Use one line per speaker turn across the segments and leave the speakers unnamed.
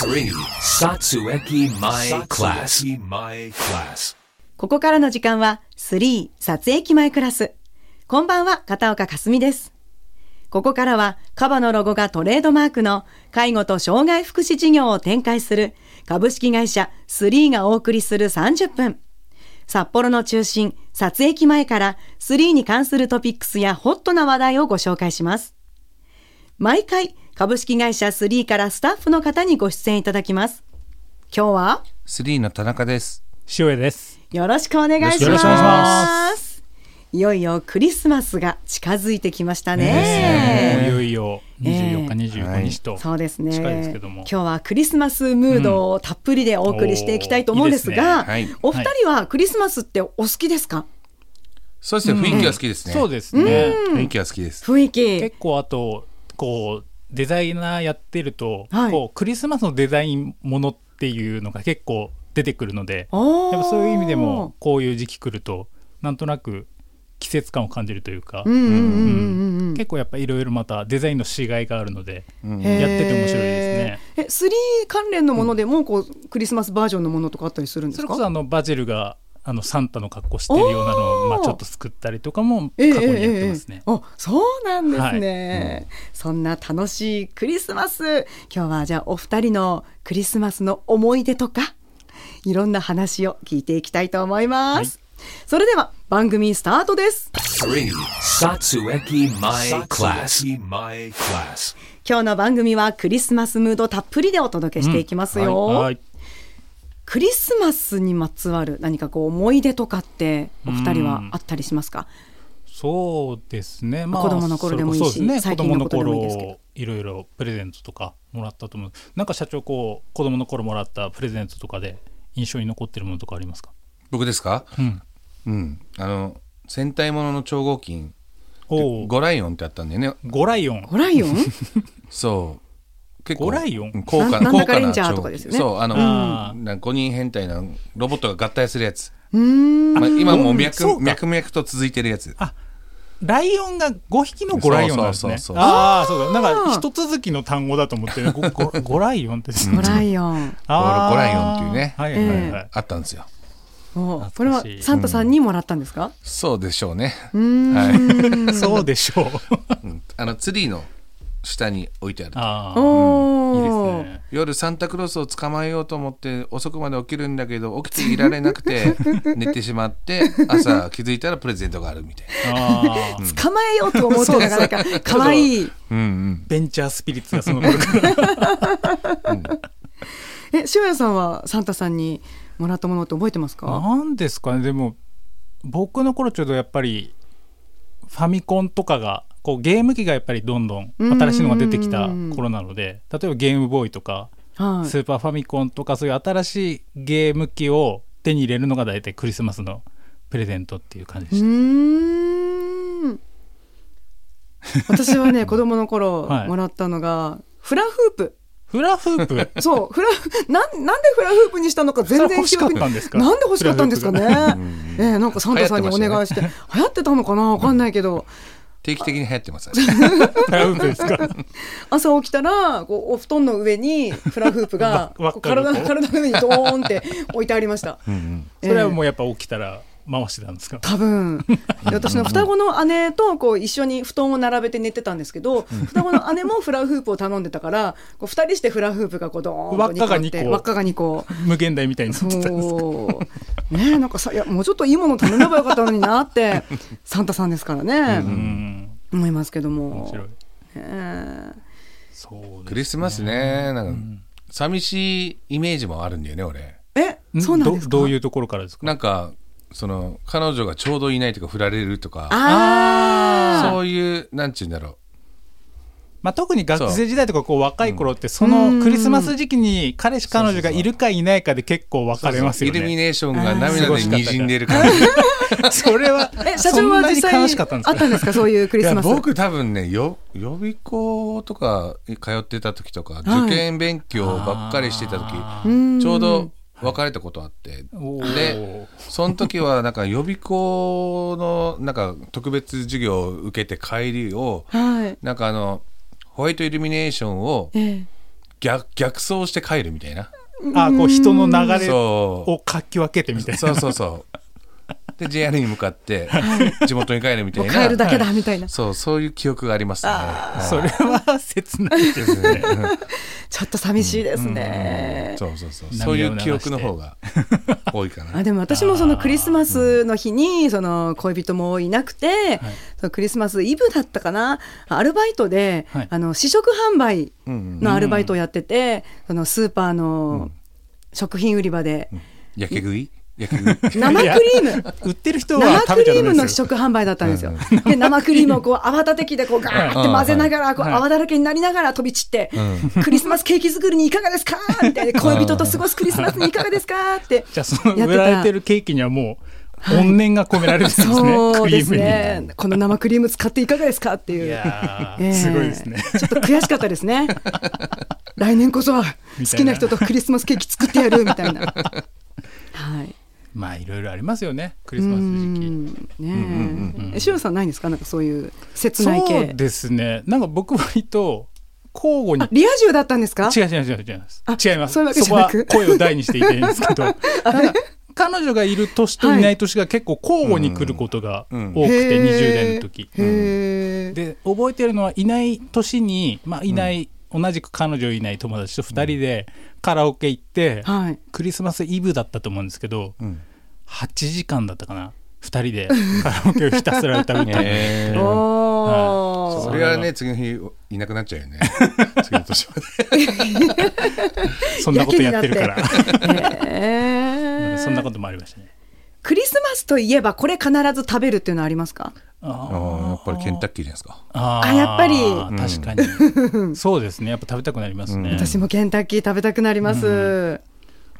Three Satsueki My Class. My Class.
ここからの時間は3撮影機前クラス。こんばんは、片岡かすみです。ここからは、カバのロゴがトレードマークの介護と障害福祉事業を展開する株式会社3がお送りする30分。札幌の中心、撮影機前から3に関するトピックスやホットな話題をご紹介します。毎回、株式会社3からスタッフの方にご出演いただきます。今日は、
3の田中です。
塩江です。
よろしくお願いします。
よろしくお願いしま
いよいよクリスマスが近づいてきました
もうい
ね。
よいよ24日、25日と、
そうですね。
近いですけども
今日はクリスマスムードをたっぷりでお送りしていきたいと思うんですが、
うんおーいいですね
お二人はクリスマスってお好きですか？
そうですね、雰囲気は好きですね。
そうですね。
雰囲気は好きです。
雰囲気。
結構あとこうデザイナーやってると、
はい
こうクリスマスのデザインものっていうのが結構出てくるので、
おー
やっぱそういう意味でもこういう時期来るとなんとなく季節感を感じるというか、
うんうんうんうんうん。
結構やっぱいろいろまたデザインのしがいがあるの
へ
で、
ー
やってて面白いですね。
え、スリー関連のものでもこうクリスマスバージョンのものとかあったりするんです
それ
か？
こそあのバジルがあのサンタの格好してるような
お
の
ー
を、まあ、ちょっと作ったりとかも過
ええ
去にやってますね。
ええええあ、そうなんですね、そんな楽しいクリスマス。今日はじゃあお二人のクリスマスの思い出とか、いろんな話を聞いていきたいと思います。それでは番組スタートです。
Three Satsueki My Class. My Class.
今日の番組はクリスマスムードたっぷりでお届けしていきますよ。
はいはい
クリスマスにまつわる何かこう思い出とかってお二人はあったりしますか？
そうですね、まあ、
子供の頃でもいいし
そうですね
最近のことでもいい
子供の
です
頃
けど
いろいろプレゼントとかもらったと思うなんか社長こう子供の頃もらったプレゼントとかで印象に残ってるものとかありますか
僕ですか
うん
うん。あの、戦隊ものの超合金、
お
ゴライオンってあったんだよね。
ゴライオン
ゴライオン？
そう。結
ゴライオン
うん高
な
価な、
んなん
高
だか
価
レン
な
ジャー
超
とか
合
ですよ
金。
ね
そう、あの、
あー
なんか5人変態のロボットが合体するやつ。
うーん。
まあ、今も脈
そうか
脈々と続いてるやつ。
ライオンが5匹のゴライオンなんですね
そうそうそうそう
ああそうだなんか一続きの単語だと思ってゴゴ ゴライオンって
ゴラ
イ
イオン。
あー
ゴライオンっていうね
はいはいはい、
あったんですよ。
おうこれ
懐か
は
しい
サンタさんにもらったんですか？
そうでしょうね。
うーん。
そうでしょう
うんあの、ツリーの下に置いてある。
ああいいです
おー
ね
夜サンタクロースを捕まえようと思って遅くまで起きるんだけど起きていられなく て寝てしまって朝気づいたらプレゼントがあるみたい
ああ
捕まえようと思うとなかなか可愛い。
な、うん
ベンチャースピリッツがその頃から
え、塩谷さんはサンタさんにもらったものって覚えてますか？
なんですかねでも僕の頃ちょうどやっぱりファミコンとかがこうゲーム機がやっぱりどんどん新しいのが出てきた頃なので例えばゲームボーイとか
は
スーパーファミコンとかそういう新しいゲーム機を手に入れるのが大体クリスマスのプレゼントっていう感じで
い。う
した。
ーん。私は ね、子供の頃
はい
もらったのがフラフープ。
フラフープ
そう、フラなんなんでフラフープにしたのか全然記憶に
それ欲しかったんですか
なんで欲しかったんですかね。ええなんかサンタさんにお願いして流行ってたのかなわかんないけど。
定期的に流行ってます
フラフープです か
朝起きたらこうお布団の上にフラフープが
わ
こう
わかる
体の体の上にドー ンって置いてありました。
それはもうやっぱ起きたら回してたんですか
多分で私の双子の姉とこう一緒に布団を並べて寝てたんですけど双子の姉もフラフープを頼んでたからこう2人してフラフープがこうドーンと2個あって輪
輪
っ
っ
か
か
が2個。
無限大みたいになってたんですか
そうねえなんかさいやもうちょっといいもの頼めばよかったのになってサンタさんですからね、
うん
思いますけども
面白い
ええ
そうですね
クリスマスねなんか寂しいイメージもあるんだよね俺
えそうなんですか
どどういうところからですか
なんかその彼女がちょうどいないとか振られるとか
ああ
そういうなんて言うんだろ
まあ、特に学生時代とかこう若い頃ってそのクリスマス時期に彼氏彼女がいるかいないかで結構分
う
かれますよ
イルミ
ね。
ネーションが涙で滲んでる感じ
それは
え社長は実
そんなに
際
悲しかったんです
あっ
か
たんですかそういうク
い
リス
や
マス
僕多分ねよ予備校とか通ってた時とか、
はい
受験勉強ばっかりしてた
あ
時
ー
ちょうど別れたことあって
おー
でその時はなんか予備校のなんか特別授業を受けて帰りを
はい
なんかあのホワイトイルミネーションを
ええ
逆逆走して帰るみたいな
あこう人の流れ
そ
をかき分けてみたいうな
そうそうそうで JR に向かって地元に帰るみた
も
いうな
帰るだけだみたいな、
そうそういう記憶がありますねはい
それは切ないです ね。
ちょっと寂しいですね。
そうそうそうそういう記憶の方が多いかな
あでも私もそのクリスマスの日にその恋人もいなくて、そのクリスマスイブだったかなアルバイトで、
はい
あの試食販売
うんうん
のアルバイトをやってて、そのスーパーの食品売り場で、
焼け食い焼け食い
生クリーム
売ってる人は
生
食べ
ク
ちゃ
リ
ダ
ーム
メ
の
で
試
すよ。
食販売だったんですよ。で生クリームをこう泡立て器でこうガーって混ぜながらこう
はいはい
泡だらけになりながら飛び散って、クリスマスケーキ作りにいかがですかみたいな恋人と過ごすクリスマスにいかがですかって
じゃあその
やっ
売
てた
られてるケーキにはもう怨念が込められてるんですね。
そう
ク
で
リ
す
ームに。
ね。この生クリーム使っていかがですかっていう。
いや
え
ー
え
すごいですね。
ちょっと悔しかったですね。来年こそは好きな人とクリスマスケーキ作ってやるみたいな。はい。
まあいろいろありますよね。クリ
う
スマスの時期。
んねえ。えしゅんさんないんですかなんかそういう切ない
そ
系
う。ですね。なんか僕割と交互に
あリア充だったんですか
違う違う違う違います。
あ
違います。
そういうわけじゃ
そこ
な
は
く
声を大にして言いたいんですけ ど、なんか彼女がいる年といない年が結構交互に来ることが多くて、
へー
20代の時。
へえ。
で覚えてるのはいない年に、まあ、いない、同じく彼女いない友達と2人でカラオケ行って、
はい。
クリスマスイブだったと思うんですけど、
ん
8時間だったかな2人でカラオケをひたすら歌うっていう
えー
お
そ
お。
れはね次の日いなくなっちゃうよね次の年はね
そんなことやってるから
やへえ
そんなこともありましたね
クリスマスといえばこれ必ず食べるっていうのはありますか？
あ
あーやっぱりケンタッキーじゃないですか
あ
あやっぱり
確かに、そうですねやっぱ食べたくなりますね、
私もケンタッキー食べたくなります。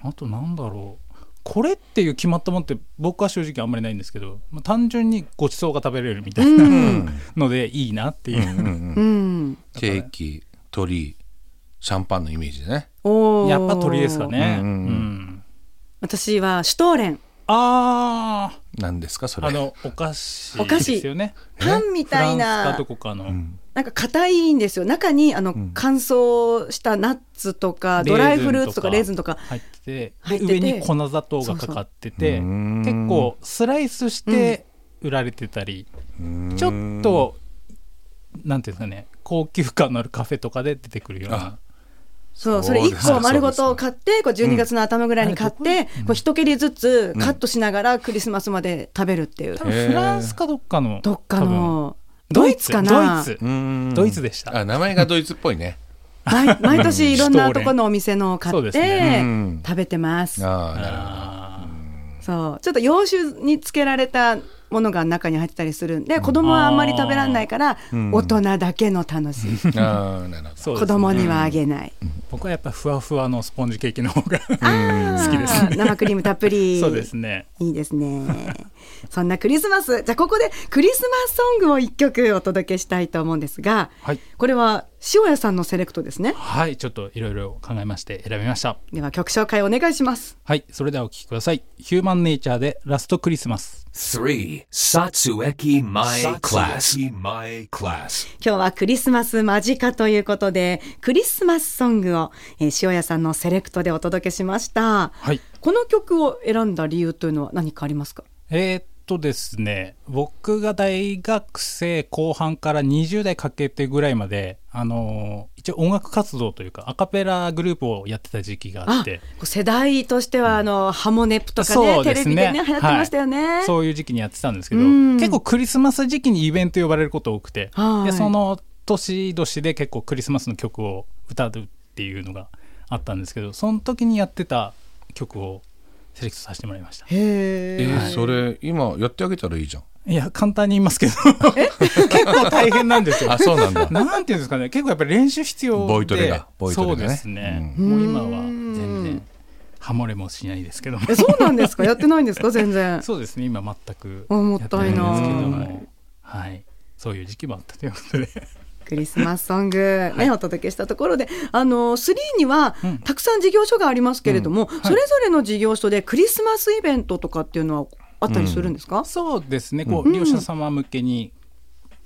あとなんだろうこれっていう決まったもんって僕は正直あんまりないんですけど、まあ、単純にごちそうが食べれるみたいなのでいいなっていう、
うん。
ケーキ鳥シャンパンのイメージでね
おお。
やっぱ鳥ですか。ね、
うんうんうん
うん
私はシュトーレン、
ああ
何ですかそれ
あのお菓子
お菓子
ですよね
パンみ
フラ
たい
ンスか
な
ど。こかの、
ん
なんか硬いんですよ。中にあの乾燥したナッツとかドライフルーツとかレーズンとか。
入っててで
入ってて
上に粉砂糖がかかってて
そうそううーん
結構スライスして売られてたり、ちょっとなんていうんですかね高級感のあるカフェとかで出てくるような
あ
そう、そ
そう
れ
です
1個丸ごと買って、こう12月の頭ぐらいに買って、こう一切りずつカットしながらクリスマスまで食べるっていう
多。分フランスかどっかの
どっか
多分
の。ドイツかな
ドイツ
うーん
ドイツでした
あ名前がドイツっぽいね
毎毎年いろんなとこのお店のを買
そう
っ
です
て
ね
うん
食べてます。
ああなるほど
あ
そうちょっと洋酒につけられたものが中に入ってたりするんで子供はあんまり食べられないから大人だけの楽しい、
ああなるほ
ー
ど
そうで
子
すね
供にはあげない、
僕はやっぱふわふわのスポンジケーキの方が
あー
好きですね
生クリームたっぷり
そうですね
いいですね そんなクリスマスじゃあここでクリスマスソングを一曲お届けしたいと思うんですが、
はい
これは塩谷さんのセレクトですね
はいちょっといろいろ考えまして選びました
では曲紹介お願いします
はいそれではお聴きくださいヒューマンネイチャーでラストクリスマス
3. Satsueki My Class. My Class.
今日はクリスマス間近ということでクリスマスソングを、えー塩谷さんのセレクトでお届けしました、
はい
この曲を選んだ理由というのは何かありますか
えーっとですね僕が大学生後半から20代かけてぐらいまで、あのー一応音楽活動というかアカペラグループをやってた時期があって
こう世代としてはあの、ハモネプとか
そ
ね
う
テ
で
レ
す
ビ
ね
でね流行ってましたよね、
はいそういう時期にやってたんですけど
うん
結構クリスマス時期にイベント呼ばれること多くて
はい
でその年々で結構クリスマスの曲を歌うっていうのがあったんですけどその時にやってた曲をセレクトさせてもらいました
へ
え
ー
ーそれ今やってあげたらいいじゃん
いや簡単に言いますけど結構大変なんですよ
あそうなんだ
なんていうんですかね、結構やっぱり練習必要で、
ボイトレがボイトレ
そう
がね
ですね、もう今は全然ハモれもしないですけども、
えそうなんですかやってないんですか全然
そうですね、今全く
あもったいな
やってんですけども、はい、そういう時期もあったということで、
クリスマスソング、ねお届けしたところであの3にはたくさん事業所がありますけれども、それぞれの事業所でクリスマスイベントとかっていうのはあったりするんですか、
そうですね、こう利用者様向けに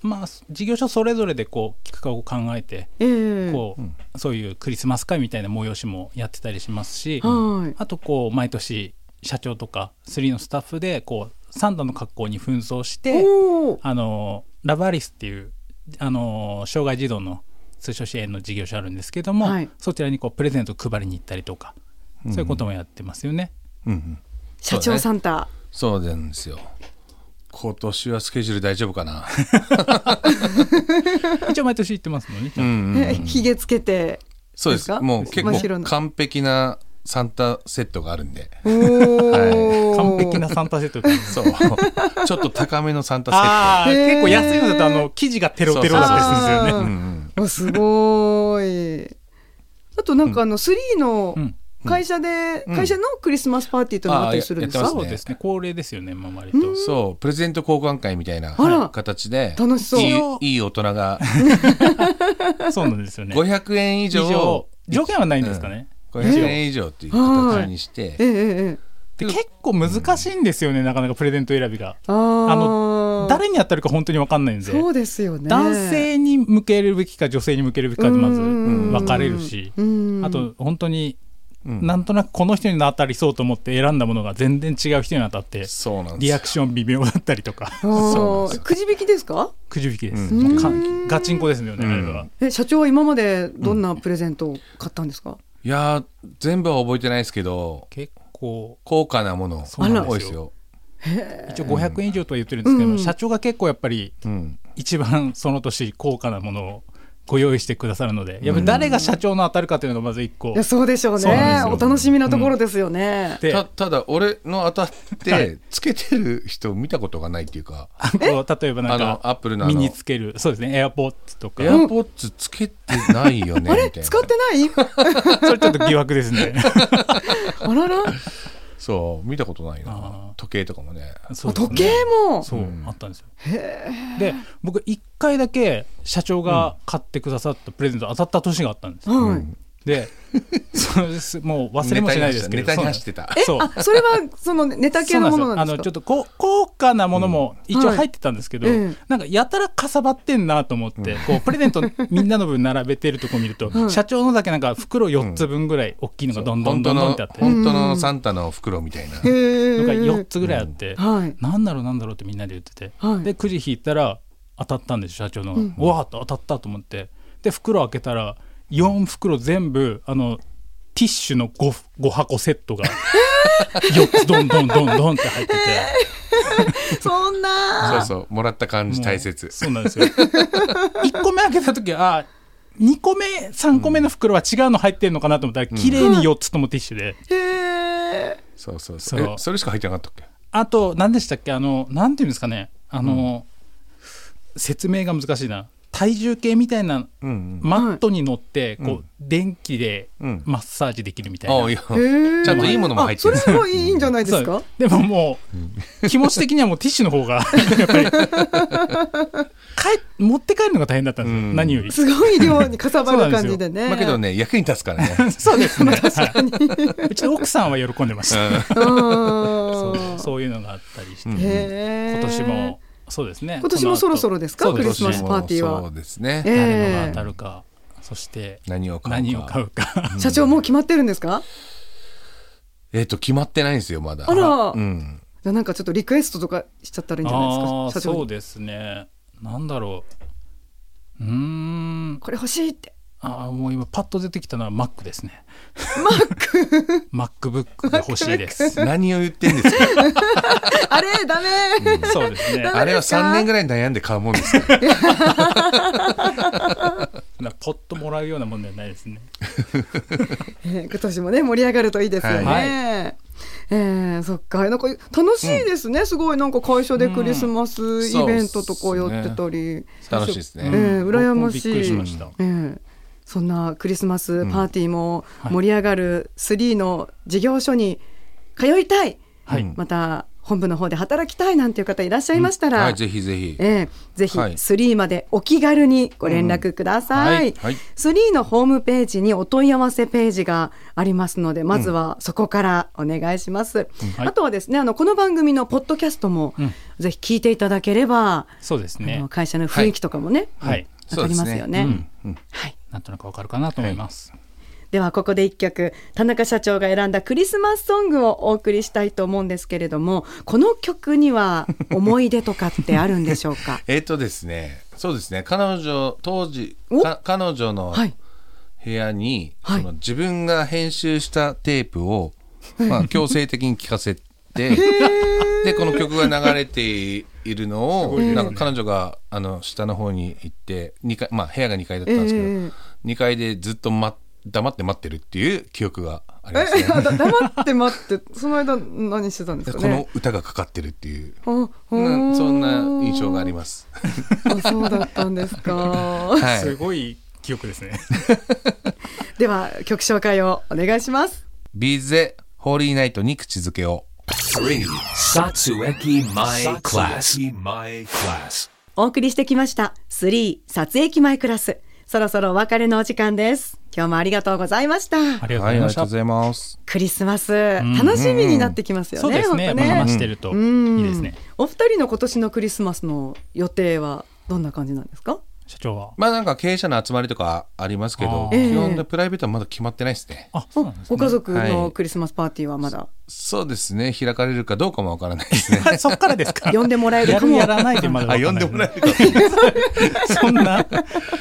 まあ、事業所それぞれでこう企画を考えて
ええ
こう、そういうクリスマス会みたいな催しもやってたりしますし、
はい
あとこう毎年社長とか3のスタッフでこうサンタの格好に紛争して
おー
あのラバリスっていうあの障害児童の通所支援の事業所あるんですけども、
はい
そちらにこうプレゼントを配りに行ったりとか、そういうこともやってますよね。
うんうん、
社長サンタ、
そうなんですよ今年はスケジュール大丈夫かな
一応毎年行ってますもんね。
うんうん
えひげつけて
そうで
ですすか
もう結
真っ白
構
な
完璧なサンタセットがあるんで
おー、
は
完璧なサンタセッ トってあるんです
そう ちょっと高めのサンタセッ
あー
へー
結構安いのだとあの生地がテロテロだったりするんですよね。
ト、
あ
う
ー
んうん、
おすごーいあとなんかあの3の
うん
会社で、
うん
会社のクリスマスパーティーというのがあったりするんです
あーや
か
やって
そうですね恒例ですよね、まあ、割と。
そうプレゼント交換会みたいな
あら
形で
楽しそう
いいいい大人が
そうなん ですよね。
500円以
以上
上
条件はないんですかね、
500円以上っていう形にして、
ええええええ
で結構難しいんですよね、なかなかプレゼント選びが
あー
あの誰に当たるか本当に分かんないんで
そうですよね
男性に向けるべきか女性に向けるべきかでまず
うん
分かれるし
うん
あと本当に
うん
なんとなくこの人に当たりそうと思って選んだものが全然違う人に当たって
そうなんです
リアク
シ
ション微妙だったりとか
そうなん
あ
です
ー
よ
くじ引きですか
くじ引きです、
うん
もうかガチンコですよね、
うん
あれは
え社長は今までどんなプレゼントを買ったんですか、
いやー全部は覚えてないですけど
結構
高価なもの
そうなんですよ
多いですよ、
一応500円以上とは言ってるんですけど、
うん
社長が結構やっぱり
うん、
一番その年高価なものをご用意してくださるので、やっぱり誰が社長の当たるかというのがまず一個
いやそうでしょう
そうなん
ね
ですよ
お楽しみなところですよね、
で
たただ俺の当たっ
は
て
い
つけてる人見たことがないっていうか
あこう例えばなん
あ
か
の Apple のあの
身につけるそうですねエアポッツとか
エアポッツつけてないよねみたいな、
使ってない
それちょっと疑惑ですね
あらら
そう見たことないな
あー
時計とかもね
そうですね
時計も
そう、
うん
あったんですよで僕一回だけ社長が買ってくださったプレゼント当たった年があったんですよ
はい、
でそうですもう忘れもしないですけど
ネタに走ってた
えそう
あそれはそのネタ系のものなんですか
そうよあのちょっとこ高価なものも一応
はい
入ってたんですけど、
ええ
なんかやたらかさばってんなと思って、こうプレゼントみんなの分並べてるとこ見ると、
はい
社長のだけなんか袋4つ分ぐらい大きいのがどんどん
本
ど
当
んどんっ
の
てあって、
本当のサンタの袋みたいな
へ
なんか
ー
4つぐらいあって、
はい
なんだろうなんだろうってみんなで言ってて、
はい
でくじ引いたら当たったんですよ社長のが、うわーっと当たったと思ってで袋開けたら4袋全部あのティッシュの 5, 5箱セッ トが4つどんどんどんどんって入ってて。
そんな
そうそうもらった感じ大切
もうそうなんですよ1個目開けた時はあ2個目3個目の袋は違うの入ってるのかなと思ったら、綺麗に4つともティッシュで、
へえ
そうそうそ
そうう
えそれしか入ってなかったっけ
あと何でしたっけあの何ていうんですかねあの、説明が難しいな体重計みたいな
うんうん
マットに乗って、
はい
こう、
うん
電気で
うん
マッサージできるみたいな、
あいや
へー
ちゃんといいものも入って
あ
る
それもいいんじゃないで
そ
す
う
か
でももう気持ち的にはもうティッシュ の方がやっぱり帰持って帰るのが大変だったんですよ、
うん
何より
すごい量にかさばる感じでね
まあけどね役に立つからね
そうですね。はいうちの奥さんは喜んでました。
う
そ
ー
うんそういうのがあったりして、
うん
へー
今年もそうですね。
今年もそろそろですか
そう
ク
で
リ
す
スマスパーティー
今年もそ
は
うですね、
え
誰のが
え
当たるか、そして
何を買うか
何を買うか。
社長もう決まってるんですか
えっ、と決まってないんですよまだ
あら
うん
じゃあなんかちょっとリクエストとかしちゃったらいいんじゃない
ああ
ですか社
ー、
長
そう
に
ですね。なんだろう。うーん。
これ欲しいって
ああ、もう今パッと出てきたのはマックですね。 マック。マックブックが欲しいです。
何を言って んですか
あれダメ
そうですね。
あれは3年ぐらい悩んで買うもん ですから
なポッともらうようなもんではないですね。
えー 今年もね盛り上がるといいですよね。
はい
えーそっかなんか楽しいですね、すごいなんか会社でクリスマスイベントとかやってたり、
楽しいですね、
えー羨ましい
僕もびっくりしました。
えーそんなクリスマスパーティーも盛り上がる3の事業所に通いたい、
はい。
また本部の方で働きたいなんていう方いらっしゃいましたら、
はい、ぜひぜひ。
ええ、ぜひ
はい
3までお気軽にご連絡ください。
うんはい
はい
3のホームページにお問い合わせページがありますので、まずはそこからお願いします。
はい
あとはですね、あのこの番組のポッドキャストも、
うん
ぜひ聞いていただければ、
そうです
あ
ね
の。会社の雰囲気とかもね、
はいはい
わかりますよね。
そうですね
うん
はい。
なんとなくわかるかなと思います。
ではここで一曲田中社長が選んだクリスマスソングをお送りしたいと思うんですけれどもこの曲には思い出とかってあるんでしょう か
えっ、とですね、そうですね、彼女、当時
お、
か彼女の
はい
部屋に、
はい
その自分が編集したテープを、まあ、強制的に聴かせて、で、この曲が流れているのを、なんか彼女が、あの、下の方に行って、二階、まあ、部屋が2階だったんですけど、
ええ
2階でずっと、ま、黙って待ってるっていう記憶がありますね。
だ黙って待って その間何してたんで
です
か
こ
ね
の歌がかかってるっていう、
こ
なそんな印象があります。
すそうだったんです か
はい。
すごい記憶ですね。
では曲紹介をお願いします
ビーズでホーリーナイトに口づけを。
Three. Satsueki My Class. My Class.
お送りしてきました3撮影機前クラスそろそろお別れのお時間です今日もありがとうございました
ありがとうございました。
ざいます。
クリスマス、楽しみになってきますよ
そう
ね。
ですね。や
本
っ
当
ぱ
ね
話してるといいですね。
お二人の今年のクリスマスの予定はどんな感じなんですか？
社長は。
まあなんか経営者の集まりとかありますけど
あ、
ー
基本でプライベートはまだ決まってないですね。
あ、そうなんですね。
ご家族
は
の
い
クリスマスパーティーはまだ、
そうですね。開かれるかどうかもわからないですね。
そっからですか。
呼んでもらえる
や
か
る
も
やらないでまだわ
あ、
か
呼ん
な
で
い
もらえるか。
そんな、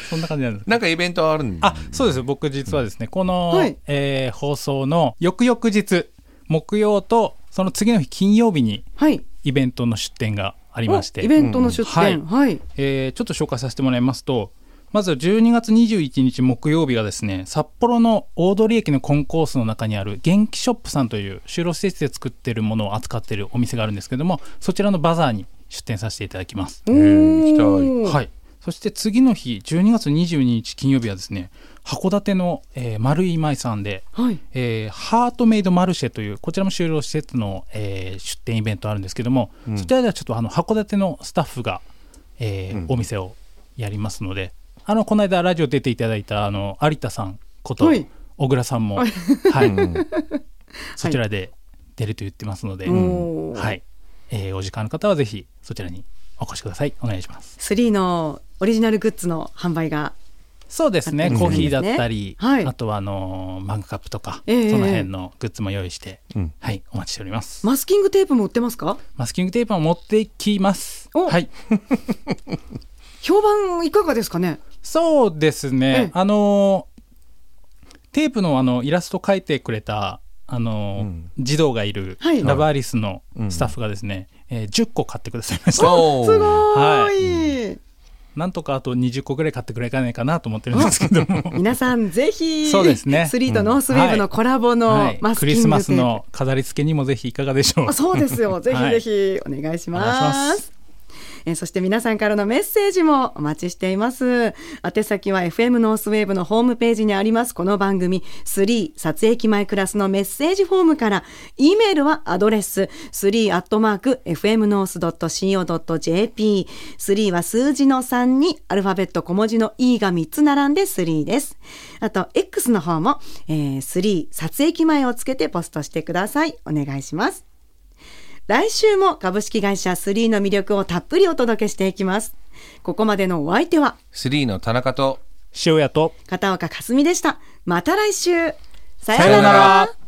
そんな感じなんですか。
なんかイベントはあるんで。
あ、そうです。僕実はですね、この、
はい
えー放送の翌々日、木曜とその次の日金曜日に
はい。
イベントの出店がありまして、
おイベントの出店、
うん
はい。
えーちょっと紹介させてもらいますと、まず12月21日木曜日がですね、札幌の大通駅のコンコースの中にある元気ショップさんという就労施設で作ってるものを扱ってるお店があるんですけども、そちらのバザーに出店させていただきます。
お
ー
ー
はい、そして次の日12月22日金曜日はですね函館の、えー丸井舞さんで、
はい。
えーハートメイドマルシェというこちらも就労施設の、えー出店イベントあるんですけども、そちらではちょっとあの函館のスタッフが、えーお店をやりますのであのこの間ラジオ出ていただいたあの有田さんこと、
はい
小倉さんも、はい、そちらで出ると言ってますので、
おー
はいえーお時間の方はぜひそちらにお越しくださいお願いします。
3のオリジナルグッズの販売が
そうですね、
うん
コーヒーだったり、
うんはい
あとはあのーマグカップとか、
ええ
その辺のグッズも用意して、
うん
はい、お待ちしております。
マスキングテープも売ってますか？
マスキングテープは持っていきます。
お
はい、
評判いかがですかね？
そうです
ええ
ね、あのーテープのあのイラスト描いてくれた、あのー
うん
児童がいる
はい
ラバーリスの
うん
スタッフがですね、えー10個買ってくださいました。
お
す
ー
ご。
はいなんとかあと20個ぐらい買ってくれかねえかなと思ってるんですけ ども。
皆さんぜひ、
そうですね
3とノースウェーブのコラボ
は
の
い
マ、スキングテー
ク
プ、
リスマスの飾り付けにもぜひいかがでしょう
あそうですよ。ぜひぜひお願いしま。
お願いします
えーそして皆さんからのメッセージもお待ちしています。宛先は FM ノースウェーブのホームページにありますこの番組3撮影機前クラスのメッセージフォームから、E メールはアドレス3アットマーク FM ノース .co.jp 3は数字の3にアルファベット小文字の E が3つ並んで3です。あと X の方も、えー、3撮影機前をつけてポストしてください。お願いします。来週も株式会社3の魅力をたっぷりお届けしていきます。ここまでのお相手は
スリーの田中と、
塩屋と
片岡かすみでした。また来週。さ
さようなら